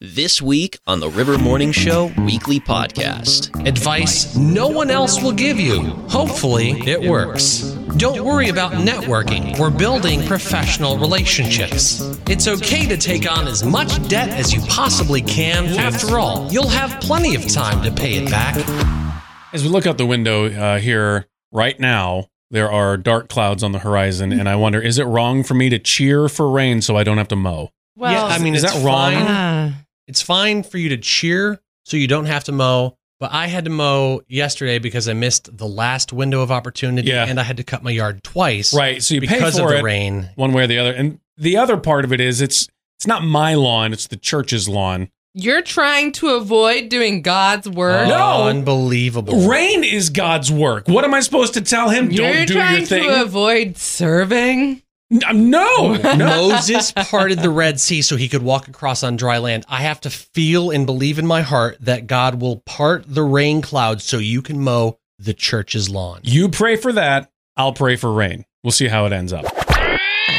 This week on the River Morning Show Weekly Podcast. Advice no one else will give you. Hopefully, it works. Don't worry about networking or building professional relationships. It's okay to take on as much debt as you possibly can. After all, you'll have plenty of time to pay it back. As we look out the window uh, here right now, there are dark clouds on the horizon, and I wonder: is it wrong for me to cheer for rain so I don't have to mow? Well, yeah, I mean, is It's that wrong? fine. ah, It's fine for you to cheer so you don't have to mow, but I had to mow yesterday because I missed the last window of opportunity Yeah. and I had to cut my yard twice Right. So you because pay of for the it rain. one way or the other. And the other part of it is it's it's not my lawn; it's the church's lawn. you're trying to avoid doing God's work. No. Unbelievable. Rain is God's work. What am I supposed to tell him? You're don't do trying your thing. to avoid serving. N- um, no, no. Moses parted the Red Sea so he could walk across on dry land. I have to feel and believe in my heart that God will part the rain clouds so you can mow the church's lawn. You pray for that. I'll pray for rain. We'll see how it ends up.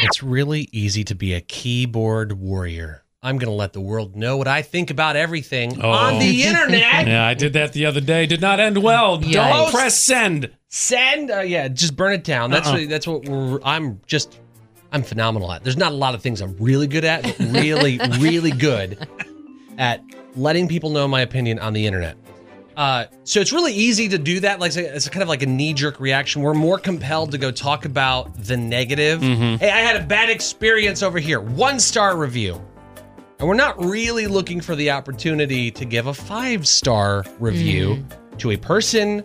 It's really easy to be a keyboard warrior. I'm going to let the world know what I think about everything Oh. on the internet. Yeah, I did that the other day. Did not end well. Yikes. Don't press send. Send, uh, yeah, just burn it down. That's Uh-uh. what, that's what we're, I'm just. I'm phenomenal at. There's not a lot of things I'm really good at, but really, really good at letting people know my opinion on the internet. Uh, so it's really easy to do that. Like it's kind of like a knee-jerk reaction. We're more compelled to go talk about the negative. Hey, I had a bad experience over here. One-star review, and we're not really looking for the opportunity to give a five-star review to a person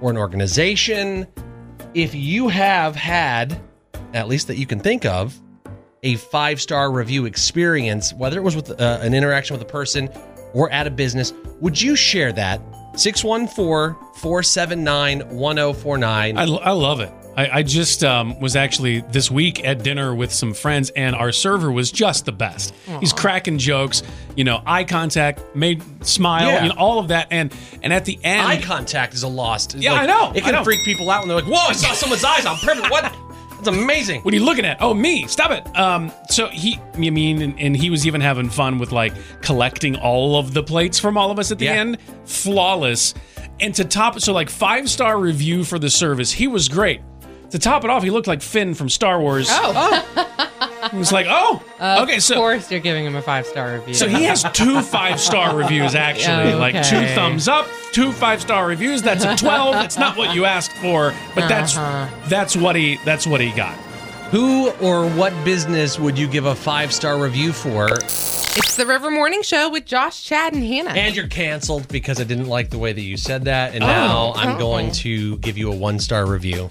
or an organization. If you have had, at least that you can think of, a five star review experience, whether it was with uh, an interaction with a person or at a business, would you share that? 614 479 1049. I, I love it. I, I just um, was actually this week at dinner with some friends, and our server was just the best. He's cracking jokes, you know, eye contact, made smile, Yeah. you know, all of that, and and at the end, Eye contact is a lost. Yeah, I know, It I can know. freak people out when they're like, whoa, I saw someone's eyes on purpose. What? That's amazing. what are you looking at? Oh, me! Stop it! Um, so he, you mean, and, and he was even having fun with like collecting all of the plates from all of us at the Yeah. end. Flawless, and to top, so like five star review for the service. He was great. To top it off, he looked like Finn from Star Wars. Oh, He was like, oh, okay, of so course you're giving him a five star review. So he has two five star reviews, actually. Oh, Like two okay. thumbs up, two five star reviews. That's a twelve. That's not what you asked for, but that's Uh-huh. that's what he that's what he got. Who or what business would you give a five star review for? it's the River Morning Show with Josh, Chad, and Hannah. And you're canceled because I didn't like the way that you said that. And now I'm Oh. going to give you a one star review.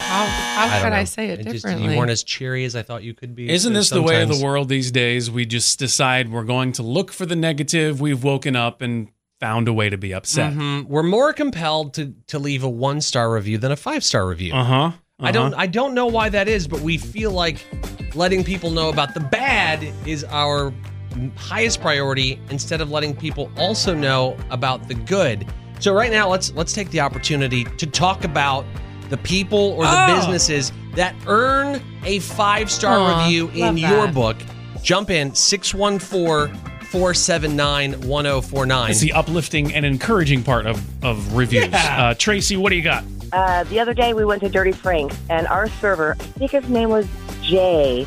how how could I say it just- differently? you weren't as cheery as I thought you could be. Isn't So this the way of sometimes- the world these days? We just decide we're going to look for the negative. We've woken up and found a way to be upset. Mhm. We're more compelled to to leave a one star review than a five star review. Uh huh. I don't I don't know why that is, but we feel like letting people know about the bad is our highest priority instead of letting people also know about the good. So right now let's let's take the opportunity to talk about the people or the Oh. businesses that earn a five-star Aw, review in love your that. book. Jump in 614 479 1049. It's the uplifting and encouraging part of of reviews. Uh, Tracy, what do you got? Uh, the other day we went to Dirty Frank's, and our server, I think his name was Jay,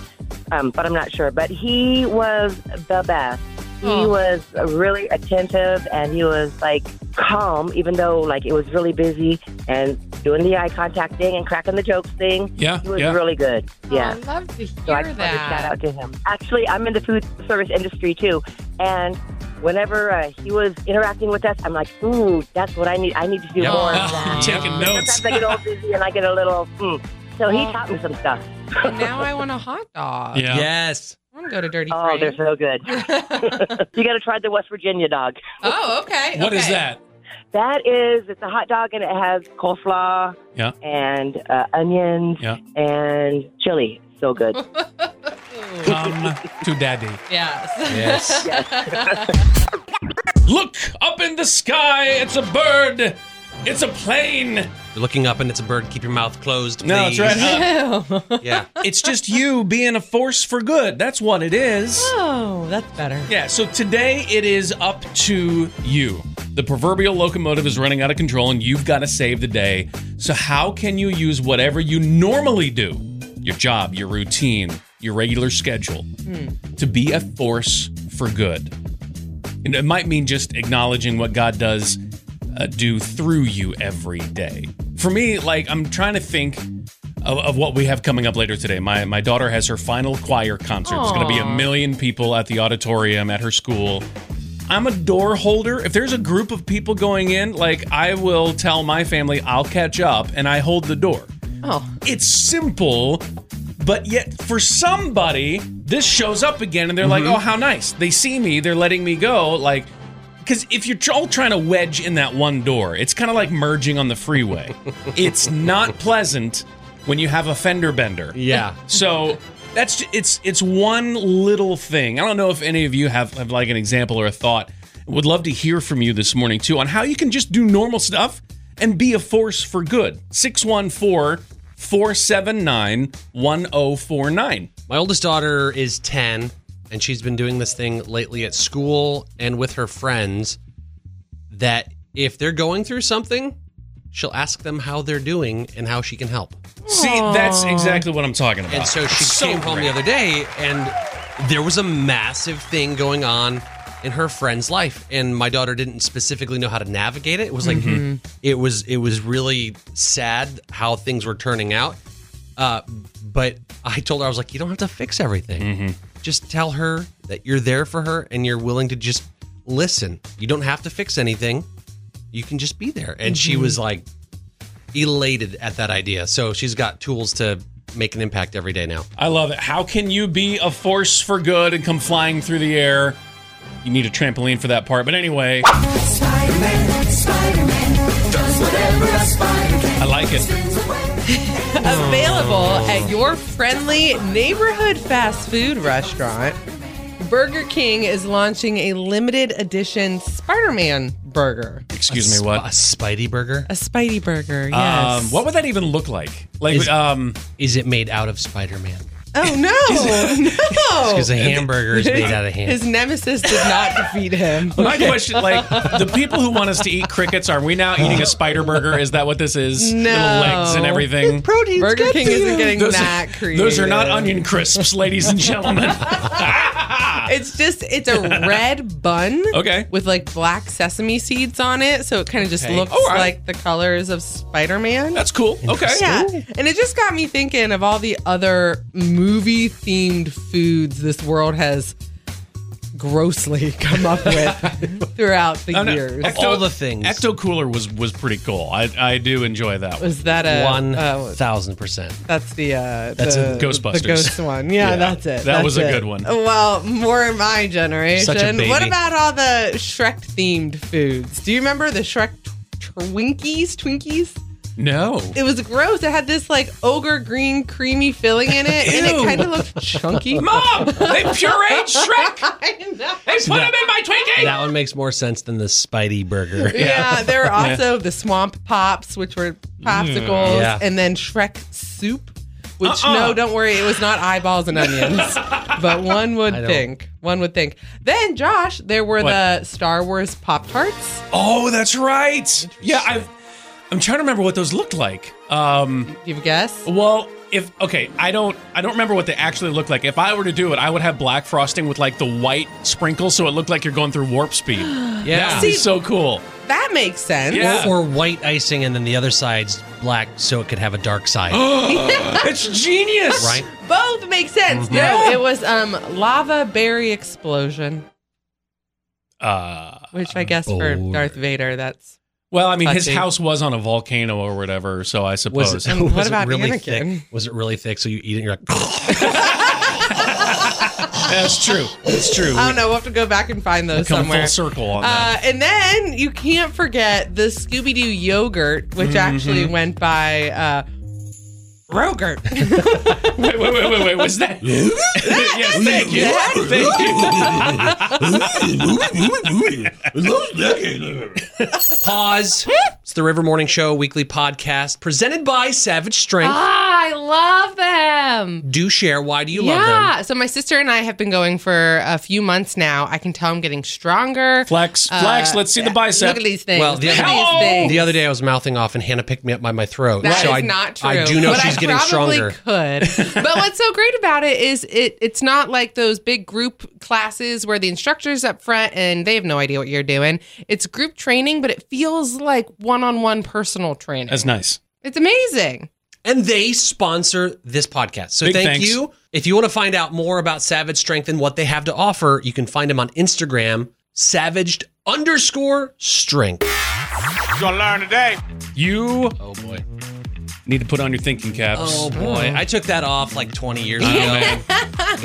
um, but I'm not sure. But he was the best. He Aw. was really attentive, and he was like calm, even though like it was really busy and doing the eye contact thing and cracking the jokes thing. Yeah, He was yeah. really good. Oh, Yeah. I love to hear So I just wanted to shout that. out to him. Actually, I'm in the food service industry too, and whenever uh, he was interacting with us, I'm like, ooh, that's what I need. I need to do Yep. more. of Aw. that." Taking notes. Sometimes I get all busy and I get a little. Mm. So he Oh, taught me some stuff. And now I want a hot dog. Yeah. Yes. I want to go to Dirty Oh, they're Frank's. so good. you got to try the West Virginia dog. oh, okay. What is okay. that? That is, it's a hot dog and it has coleslaw Yeah. and uh, onions Yeah. and chili. So good. Ooh. Come to daddy. yes. Yes. Look up in the sky. It's a bird. It's a plane. You're looking up and it's a bird. Keep your mouth closed. No, that's please. right. Uh, Yeah. it's just you being a force for good. That's what it is. Oh, that's better. Yeah, so today it is up to you. The proverbial locomotive is running out of control and you've got to save the day. So, how can you use whatever you normally do, your job, your routine, your regular schedule, to be a force for good? And it might mean just acknowledging what God does uh, do through you every day. For me, like, I'm trying to think. Of, of what we have coming up later today. My my daughter has her final choir concert. It's going to be a Aw. million people at the auditorium at her school. I'm a door holder. If there's a group of people going in, like I will tell my family I'll catch up and I hold the door. Oh. It's simple, but yet for somebody, this shows up again and they're like, oh, how nice. They see me, they're letting me go. Like, because if you're all trying to wedge in that one door, it's kind of like merging on the freeway. it's not pleasant when you have a fender bender. Yeah. So that's ju- it's it's one little thing. I don't know if any of you have, have like an example or a thought. Would love to hear from you this morning too on how you can just do normal stuff and be a force for good. 614 479 1049. My oldest daughter is 10, and she's been doing this thing lately at school and with her friends that if they're going through something, she'll ask them how they're doing and how she can help. See, that's exactly what I'm talking about. And so she came home the great. other day, and there was a massive thing going on in her friend's life, and my daughter didn't specifically know how to navigate it. It was like it was it was really sad how things were turning out. Uh, but I told her I was like, you don't have to fix everything. Just tell her that you're there for her and you're willing to just listen. You don't have to fix anything. You can just be there. And she was like elated at that idea. So she's got tools to make an impact every day now. I love it. How can you be a force for good and come flying through the air? You need a trampoline for that part. But anyway, Spider-Man, Spider-Man, does whatever a spider can. I like it. Available at your friendly neighborhood fast food restaurant. Burger King is launching a limited edition Spider-Man burger. excuse me, A what? Spidey burger? A Spidey burger, yes. Um, what would that even look like? Like, Is- um, Is it made out of Spider Man? Oh no, no! Because a hamburger is made out of ham. His nemesis did not defeat him. my question, like, the people who want us to eat crickets, are we now eating a spider burger? Is that what this is? Little No. legs and everything. Protein. Burger King isn't getting that are, creative. those are not onion crisps, ladies and gentlemen. It's just it's a red bun. Okay. With like black sesame seeds on it, so it kind of just Okay. looks All right. like the colors of Spider Man. That's cool. Okay. Yeah, and it just got me thinking of all the other movie themed foods this world has grossly come up with throughout the I don't know. years. Ecto- All the things. Ecto Cooler was was pretty cool. I I do enjoy that one. Was that a One uh, thousand percent. That's the uh, That's the, a Ghostbusters. the ghost one. Yeah, Yeah, that's it. that That's was a it. good one. Well, more in my generation. Such a baby. What about all the Shrek themed foods? Do you remember the Shrek tw- Twinkies? Twinkies? No. It was gross. It had this like ogre green creamy filling in it, and Ew. it kind of looked chunky. Mom, Oh, they pureed Shrek. I know. They put him in my Twinkie. That one makes more sense than the Spidey burger. uh, Yeah, there were also the swamp pops, which were popsicles, Yeah. and then Shrek soup. Which Uh-uh. no, don't worry, it was not eyeballs and onions, but one would I don't- think, one would think. Then Josh, there were What? the Star Wars pop tarts. Oh, that's right. Yeah, I I'm trying to remember what those looked like. Um, You have a guess? well, if okay, I don't I don't remember what they actually looked like. If I were to do it, I would have black frosting with like the white sprinkles so it looked like you're going through warp speed. yeah. That would be See- so cool. That makes sense. Yeah. Or white icing and then the other side's black so it could have a dark side. it's genius. right? Both make sense. No, it was um lava berry explosion, Uh which I guess for bored. Darth Vader, that's. well, I mean, his Touching. house was on a volcano or whatever, so I suppose. Was it, And was what it about really Anakin? thick? Was it really thick? So you eat it and you're like, That's true. That's true. I don't know. We'll have to go back and find those Come Oh, somewhere. full circle on that. Uh, and then you can't forget the Scooby Doo yogurt, Mm-hmm. which actually went by uh, Rogurt. Wait, wait, wait, wait, wait. Was that? yes, thank you. Thank you. pause. It's the River Morning Show weekly podcast presented by Savage Strength. Ah, I love them. Do share. Why do you yeah. love them? So my sister and I have been going for a few months now. I can tell I'm getting stronger. Flex, flex. Uh, Let's see the bicep. Look at these things. Well, the Look at other- these things. The other day I was mouthing off and Hannah picked me up by my throat. That is so I, not true. I do know but she's I getting probably stronger. Could, but what's so great about it is it it's not like those big group classes where the instructor's up front and they have no idea what you're doing. It's group training, but it feels like one-on-one personal training. That's nice. it's amazing. And they sponsor this podcast. So Big thank thanks. you. If you want to find out more about Savage Strength and what they have to offer, you can find them on Instagram, savaged underscore strength. Gonna learn today. You Oh boy. need to put on your thinking caps. Oh boy. I took that off like 20 years Oh, ago. man.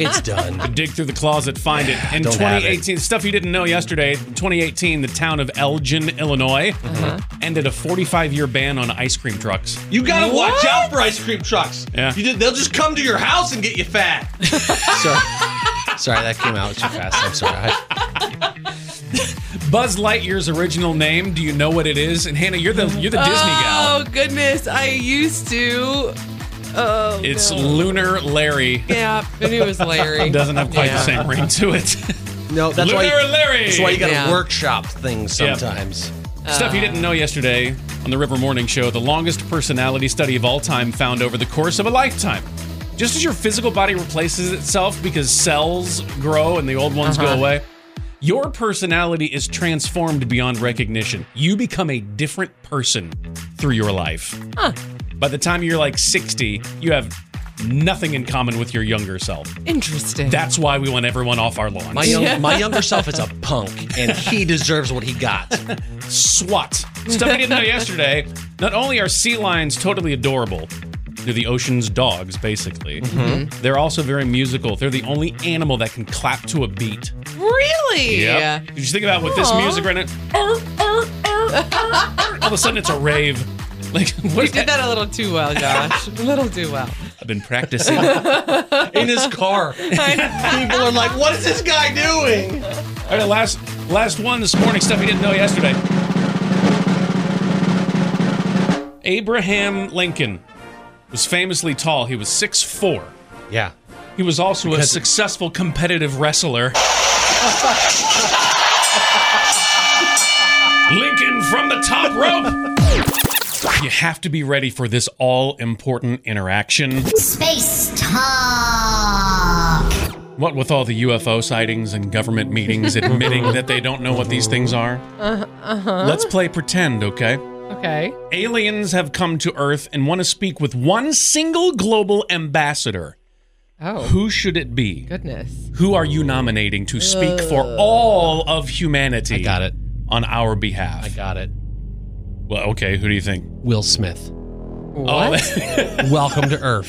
it's done. Dig through the closet, find it. In Don't have it. 2018, stuff you didn't know yesterday, 2018, the town of Elgin, Illinois, Uh-huh. ended a 45 year ban on ice cream trucks. You gotta watch out for ice cream trucks. Yeah. You they'll just come to your house and get you fat. sorry. sorry, that came out too fast. I'm sorry. I- Buzz Lightyear's original name, do you know what it is? And Hannah, you're the you're the Disney gal. Oh goodness, I used to. Oh, It's no. Lunar Larry. yeah, and it was Larry. Doesn't have quite the Yeah. same ring to it. no, that's why, Lunar Larry. that's why you gotta Yeah. workshop things Yeah. sometimes. Stuff you didn't know yesterday on the River Morning Show, the longest personality study of all time found over the course of a lifetime. Just as your physical body replaces itself because cells grow and the old ones go away, your personality is transformed beyond recognition. You become a different person through your life. By the time you're like 60, you have nothing in common with your younger self. Interesting. That's why we want everyone off our lawns. My, young, my younger self is a punk, and he deserves what he got. SWAT. Stuff you didn't know yesterday. Not only are sea lions totally adorable, they're the ocean's dogs, basically. They're also very musical. They're the only animal that can clap to a beat. really? Yeah. Did you think about with this Aw. music right now? All of a sudden, it's a rave. Like, what You is did that? that a little too well, Josh. a little too well. I've been practicing. In his car. People are like, what is this guy doing? All right, last last one this morning. Stuff you didn't know yesterday. Abraham Lincoln was famously tall. He was 6'4". Yeah. He was also a Because- successful competitive wrestler. Lincoln from the top rope. You have to be ready for this all important interaction. Space Talk. What with all the UFO sightings and government meetings admitting that they don't know what these things are? Uh-huh. Let's play pretend, okay? Okay. Aliens have come to Earth and want to speak with one single global ambassador. Oh, Who should it be? goodness. Who are you nominating to speak for all of humanity? I got it. On our behalf. I got it. Well, okay, who do you think? Will Smith. What? Welcome to Earth.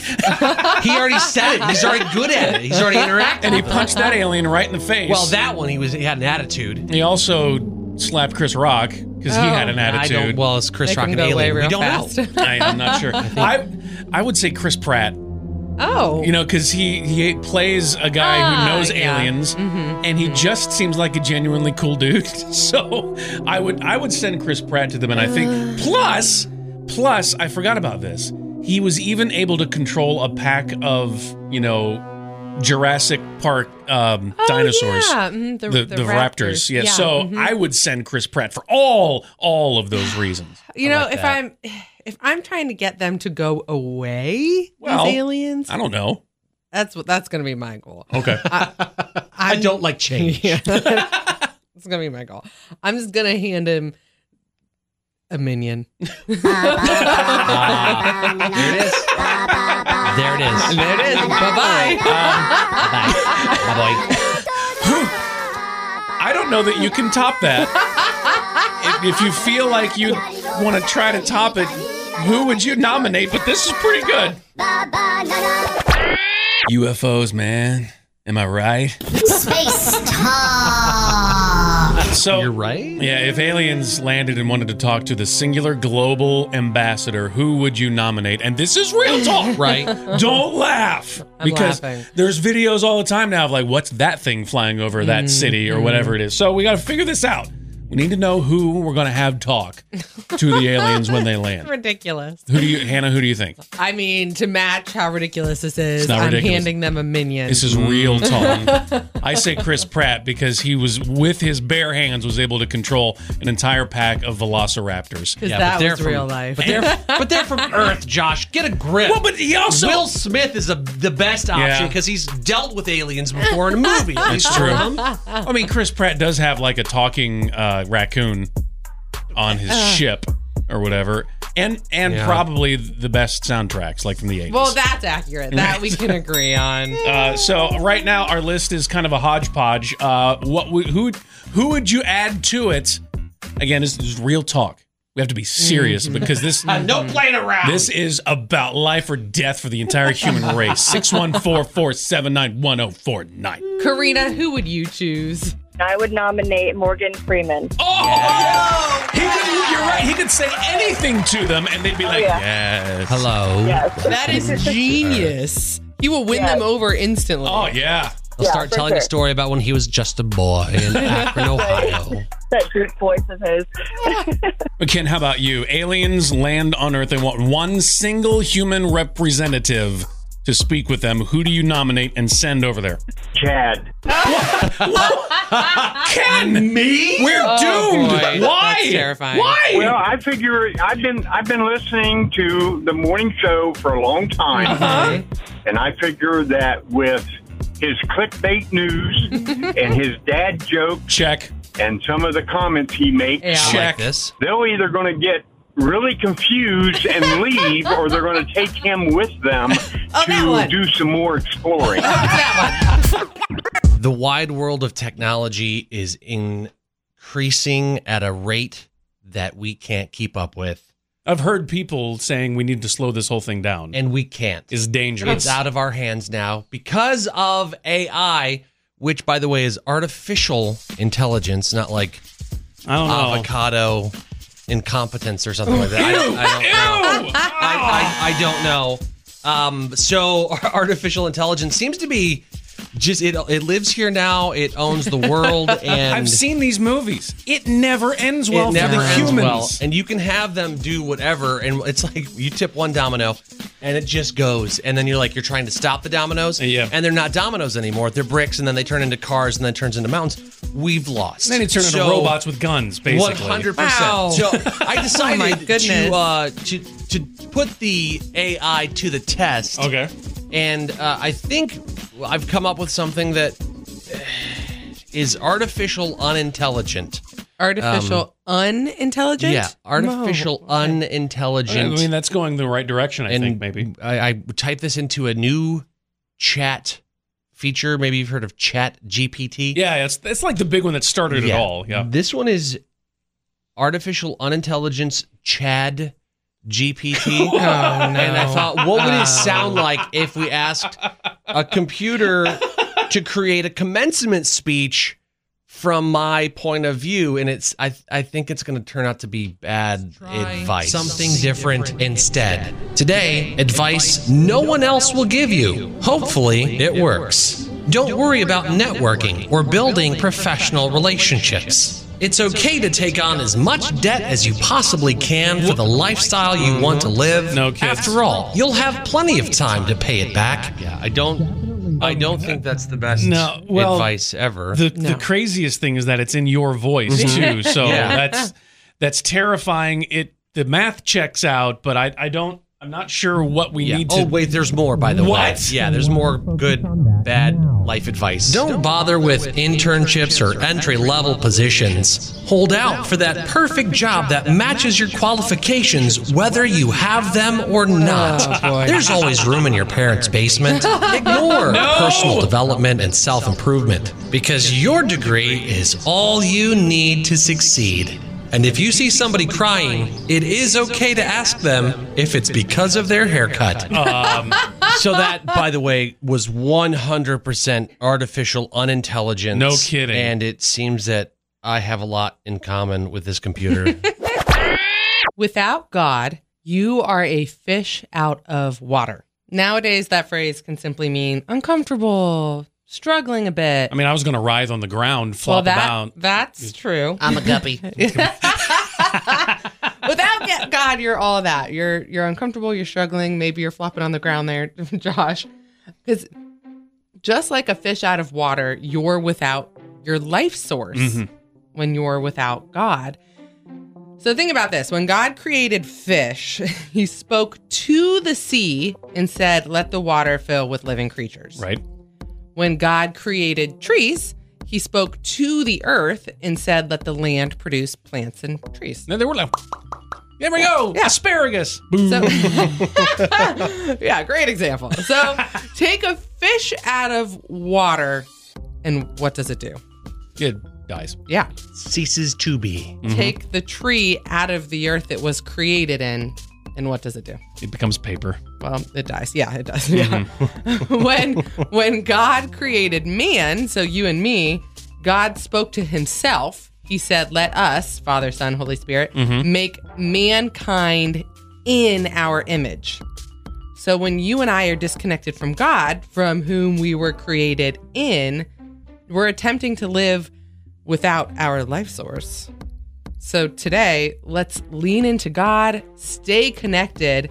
he already said it. He's already good at it. He's already interacted. and he punched that alien right in the face. well, that one he was he had an attitude. He also slapped Chris Rock because he had an attitude. I don't well it's Chris Make Rock him and go away Alien. We real don't fast. know. I, am not sure. I, I would say Chris Pratt, Oh. you know, because he, he plays a guy Ah, who knows yeah. Mm-hmm. aliens, and he just seems like a genuinely cool dude. So I would I would send Chris Pratt to them, and I Ah. think plus plus I forgot about this. He was even able to control a pack of you know Jurassic Park um, Oh, dinosaurs. yeah. Mhm, The, the, raptors. yeah. So mhm. I would send Chris Pratt for all all of those reasons. you I know, like if that. I'm if I'm trying to get them to go away, Well, these aliens, I don't know. that's what that's going to be my goal. Okay. I don't like change. It's going to be my goal. I'm just going to hand him a minion. There it is. There it is. There it is. Bye bye. Bye. Bye-bye. I don't know that you can top that. if, if you feel like you want to try to top it, who would you nominate? But this is pretty good. UFOs, man. Am I right? Space Talk. So You're right. Yeah, if aliens landed and wanted to talk to the singular global ambassador, who would you nominate? And this is real talk. Right. Don't laugh because laughing. there's videos all the time now of like, what's that thing flying over that city or whatever it is. So we got to figure this out. We need to know who we're going to have talk to the aliens when they land. Ridiculous. Who do you, Hannah? Who do you think? I mean, to match how ridiculous this is, not I'm ridiculous. handing them a minion. This is real talk. I say Chris Pratt because he was with his bare hands was able to control an entire pack of velociraptors. Because Yeah, but that they're was from- real life. But they're but they're from Earth, Josh. Get a grip. Well, but he also Will Smith is a, the best option Yeah. because he's dealt with aliens before in a movie. That's true. I mean, Chris Pratt does have like a talking uh, raccoon on his ship or whatever, and and Uh. Yeah. probably the best soundtracks like from the eighties. well, that's accurate. That we can agree on. uh, so right now our list is kind of a hodgepodge. Uh, what would who who would you add to it? Again, this is real talk. We have to be serious because this Uh, no playing around. This is about life or death for the entire human race. 614 479 1049. Karina, who would you choose? I would nominate Morgan Freeman. Oh! He could, you're right. He could say anything to them, and they'd be like, yeah. yes. Hello. Yes. That is genius. You will win Yes. them over instantly. Oh, yeah. I'll Yeah, start for telling a sure. story about when he was just a boy in Akron, Ohio. That deep voice of his. But Ken, how about you? Aliens land on Earth and want one single human representative to speak with them. Who do you nominate and send over there? Chad. Ken! Me? We're Oh, doomed! boy. Why? That's terrifying. Why? Well, I figure I've been I've been listening to the morning show for a long time, Uh-huh. and I figure that with his clickbait news and his dad jokes Check. and some of the comments he makes, Yeah. I Check. like this. they'll either going to get really confused and leave, or they're going to take him with them Oh, that to one. do some more exploring. The wide world of technology is increasing at a rate that we can't keep up with, I've heard people saying we need to slow this whole thing down. and we can't. is dangerous. It's out of our hands now because of AI, which, by the way, is artificial intelligence, not like I don't know. avocado incompetence or something like that. I don't, I don't know. I, I, I don't know. Um, so artificial intelligence seems to be just it. It lives here now. It owns the world, and I've seen these movies. It never ends it well never for the ends humans. well. And you can have them do whatever, and it's like you tip one domino, and it just goes, and then you're like you're trying to stop the dominoes, Yeah. and they're not dominoes anymore. They're bricks, and then they turn into cars, and then it turns into mountains. We've lost. then it turned into So- robots with guns, one basically. hundred Wow. Oh percent. So I decided my goodness. to uh, to to put the AI to the test. Okay. And uh, I think I've come up with something that is artificial unintelligent. Artificial unintelligent? Um, Yeah, artificial I unintelligent. mean, that's going the right direction, I think, maybe. I, I type this into a new chat feature. Maybe you've heard of Chat GPT. Yeah, it's, it's like the big one that started it all. Yeah. This one is artificial unintelligence Chad GPT. And I thought, what would it sound like if we asked a computer to create a commencement speech from my point of view? And it's I I think it's gonna turn out to be bad advice. Something different instead. Today, advice no one else will give you. Hopefully, it works. Don't worry about networking or building professional relationships. It's okay to take on as much debt as you possibly can for the lifestyle you want to live. No kids. After all, you'll have plenty of time to pay it back. Yeah, I don't I don't think that's the best No, well, advice ever. The, the craziest thing is that it's in your voice, too. So Mm-hmm. Yeah. that's that's terrifying. It The math checks out, but I, I don't, I'm not sure what we Yeah. need oh to. wait, there's more by the way. What? Yeah, there's more good bad life advice. Don't bother with internships or entry level positions. Hold out for that perfect job that matches your qualifications, whether you have them or Oh, not. There's always room in your parents' basement. Ignore personal development and self improvement because your degree is all you need to succeed. And if you see somebody crying, it is okay to ask them if it's because of their haircut. Um, so that by the way was 100% artificial unintelligence No kidding. and it seems that i have a lot in common with this computer Without God, you are a fish out of water. Nowadays, that phrase can simply mean uncomfortable, struggling a bit. I mean, I was going to writhe on the ground, well, flop that about. that's true. I'm a guppy. Without get- God, you're all that. You're you're uncomfortable. You're struggling. Maybe you're flopping on the ground there, Josh. Because just like a fish out of water, you're without your life source Mhm. when you're without God. So think about this: when God created fish, He spoke to the sea and said, "Let the water fill with living creatures." Right. When God created trees, He spoke to the earth and said, "Let the land produce plants and trees." No, they were like, there we go, Yeah. asparagus. So, yeah, great example. So, take a fish out of water, and what does it do? It dies. Yeah, Ceases to be. take the tree out of the earth it was created in, and what does it do? It becomes paper. Well, it dies. Yeah, it does. Yeah. when when God created man, so you and me, God spoke to himself. He said, "Let us, Father, Son, Holy Spirit, make mankind in our image." So when you and I are disconnected from God, from whom we were created in, we're attempting to live without our life source. So today, let's lean into God, stay connected,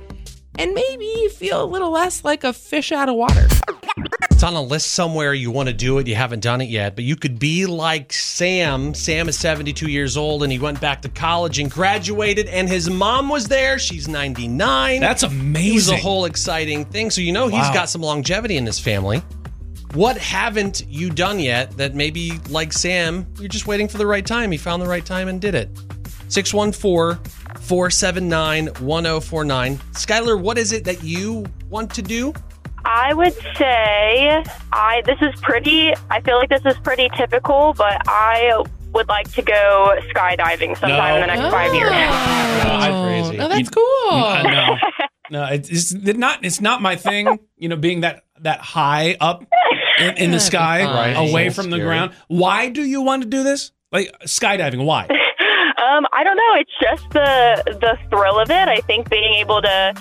and maybe feel a little less like a fish out of water. It's on a list somewhere. You want to do it. You haven't done it yet, but you could be like Sam. Sam is 72 years old and he went back to college and graduated, and his mom was there. She's 99. That's It was a amazing. whole exciting thing. So, you know, he's Wow. got some longevity in his family. What haven't you done yet that maybe, like Sam, you're just waiting for the right time? He found the right time and did it. 614 479 1049. Skylar, what is it that you want to do? I would say I this is pretty I feel like this is pretty typical, but I would like to go skydiving sometime in the next five years. crazy. Oh, that's cool. Uh, no, no, it's, it's not. It's not my thing. You know, being that that high up in, in the sky, Right. away So from the scary. ground. Why do you want to do this? Like skydiving? Why? Um, I don't know, it's just the the thrill of it. I think being able to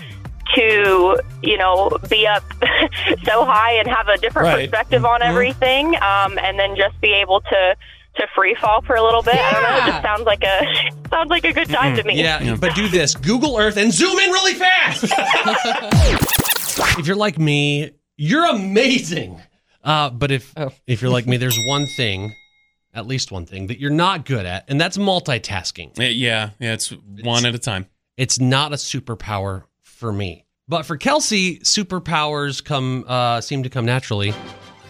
to, you know, be up so high and have a different Right. perspective on everything. Um, and then just be able to to free fall for a little bit. I don't know, it just sounds like a sounds like a good time to me. Yeah, but do this Google Earth and zoom in really fast. if you're like me, you're amazing. Uh, but if if you're like me, there's one thing, at least one thing, that you're not good at, and that's multitasking. Yeah, yeah, yeah, it's one at a time. It's not a superpower for me. But for Kelsey, superpowers come uh, seem to come naturally.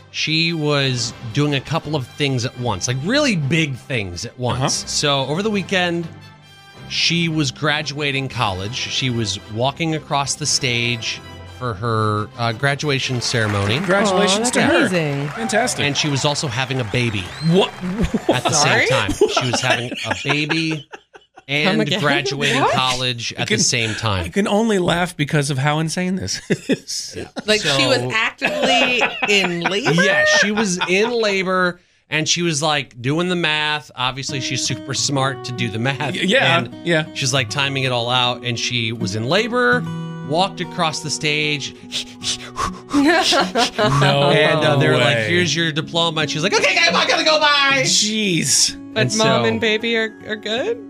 She was doing a couple of things at once, like really big things Uh-huh. at once. So over the weekend, she was graduating college. She was walking across the stage for her uh, graduation ceremony, Aw, Congratulations that's to her. amazing. Fantastic. and she was also having a baby what? at the Sorry? same time. She was having a baby Come and again? graduating What? college at can- the same I time. can only laugh because of how insane this is. Like she was So- actively in labor. yeah, she was in labor and she was like doing the math. Obviously, she's super smart to do the math. Y- yeah, And yeah. She's like timing it all out and she was in labor, walked across the stage, No, and uh, they were like, way. here's your diploma. And she's like, okay, guys, I'm going to go by. Jeez. But And mom so- and baby are, are good.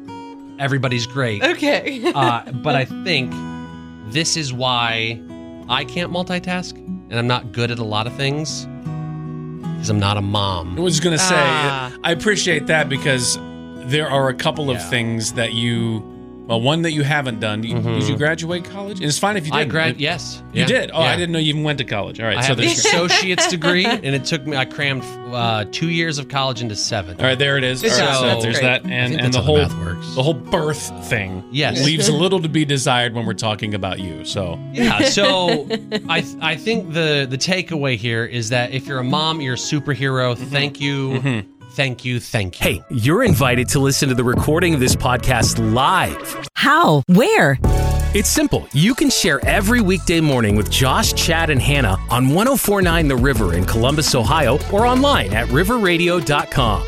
Everybody's great. Okay. Uh, but I think this is why I can't multitask and I'm not good at a lot of things because I'm not a I mom. was gonna say, Ah. I appreciate that because there are a couple of things that you, well, one that you haven't done. You, Did you graduate college? And it's fine if you did. Mm-hmm. I grad, yes. You Yeah. did. Oh, Yeah. I didn't know you even went to college. All right, I so have an there's. associate's degree, and it took me. I crammed uh, two years of college into seven. All right, there it is. All Good right, job. so That's there's that, great. and, think and that's the how whole the math works. the whole birth thing Yes. leaves little to be desired when we're talking about you. So Yeah. So I th- I think the the takeaway here is that if you're a mom, you're a superhero. Mm-hmm. Thank you, thank you, thank you. Hey, you're invited to listen to the recording of this podcast live. How? Where? It's simple. You can share every weekday morning with Josh, Chad, and oh Hannah on 1049 The River in Columbus, Ohio, or online at riverradio.com.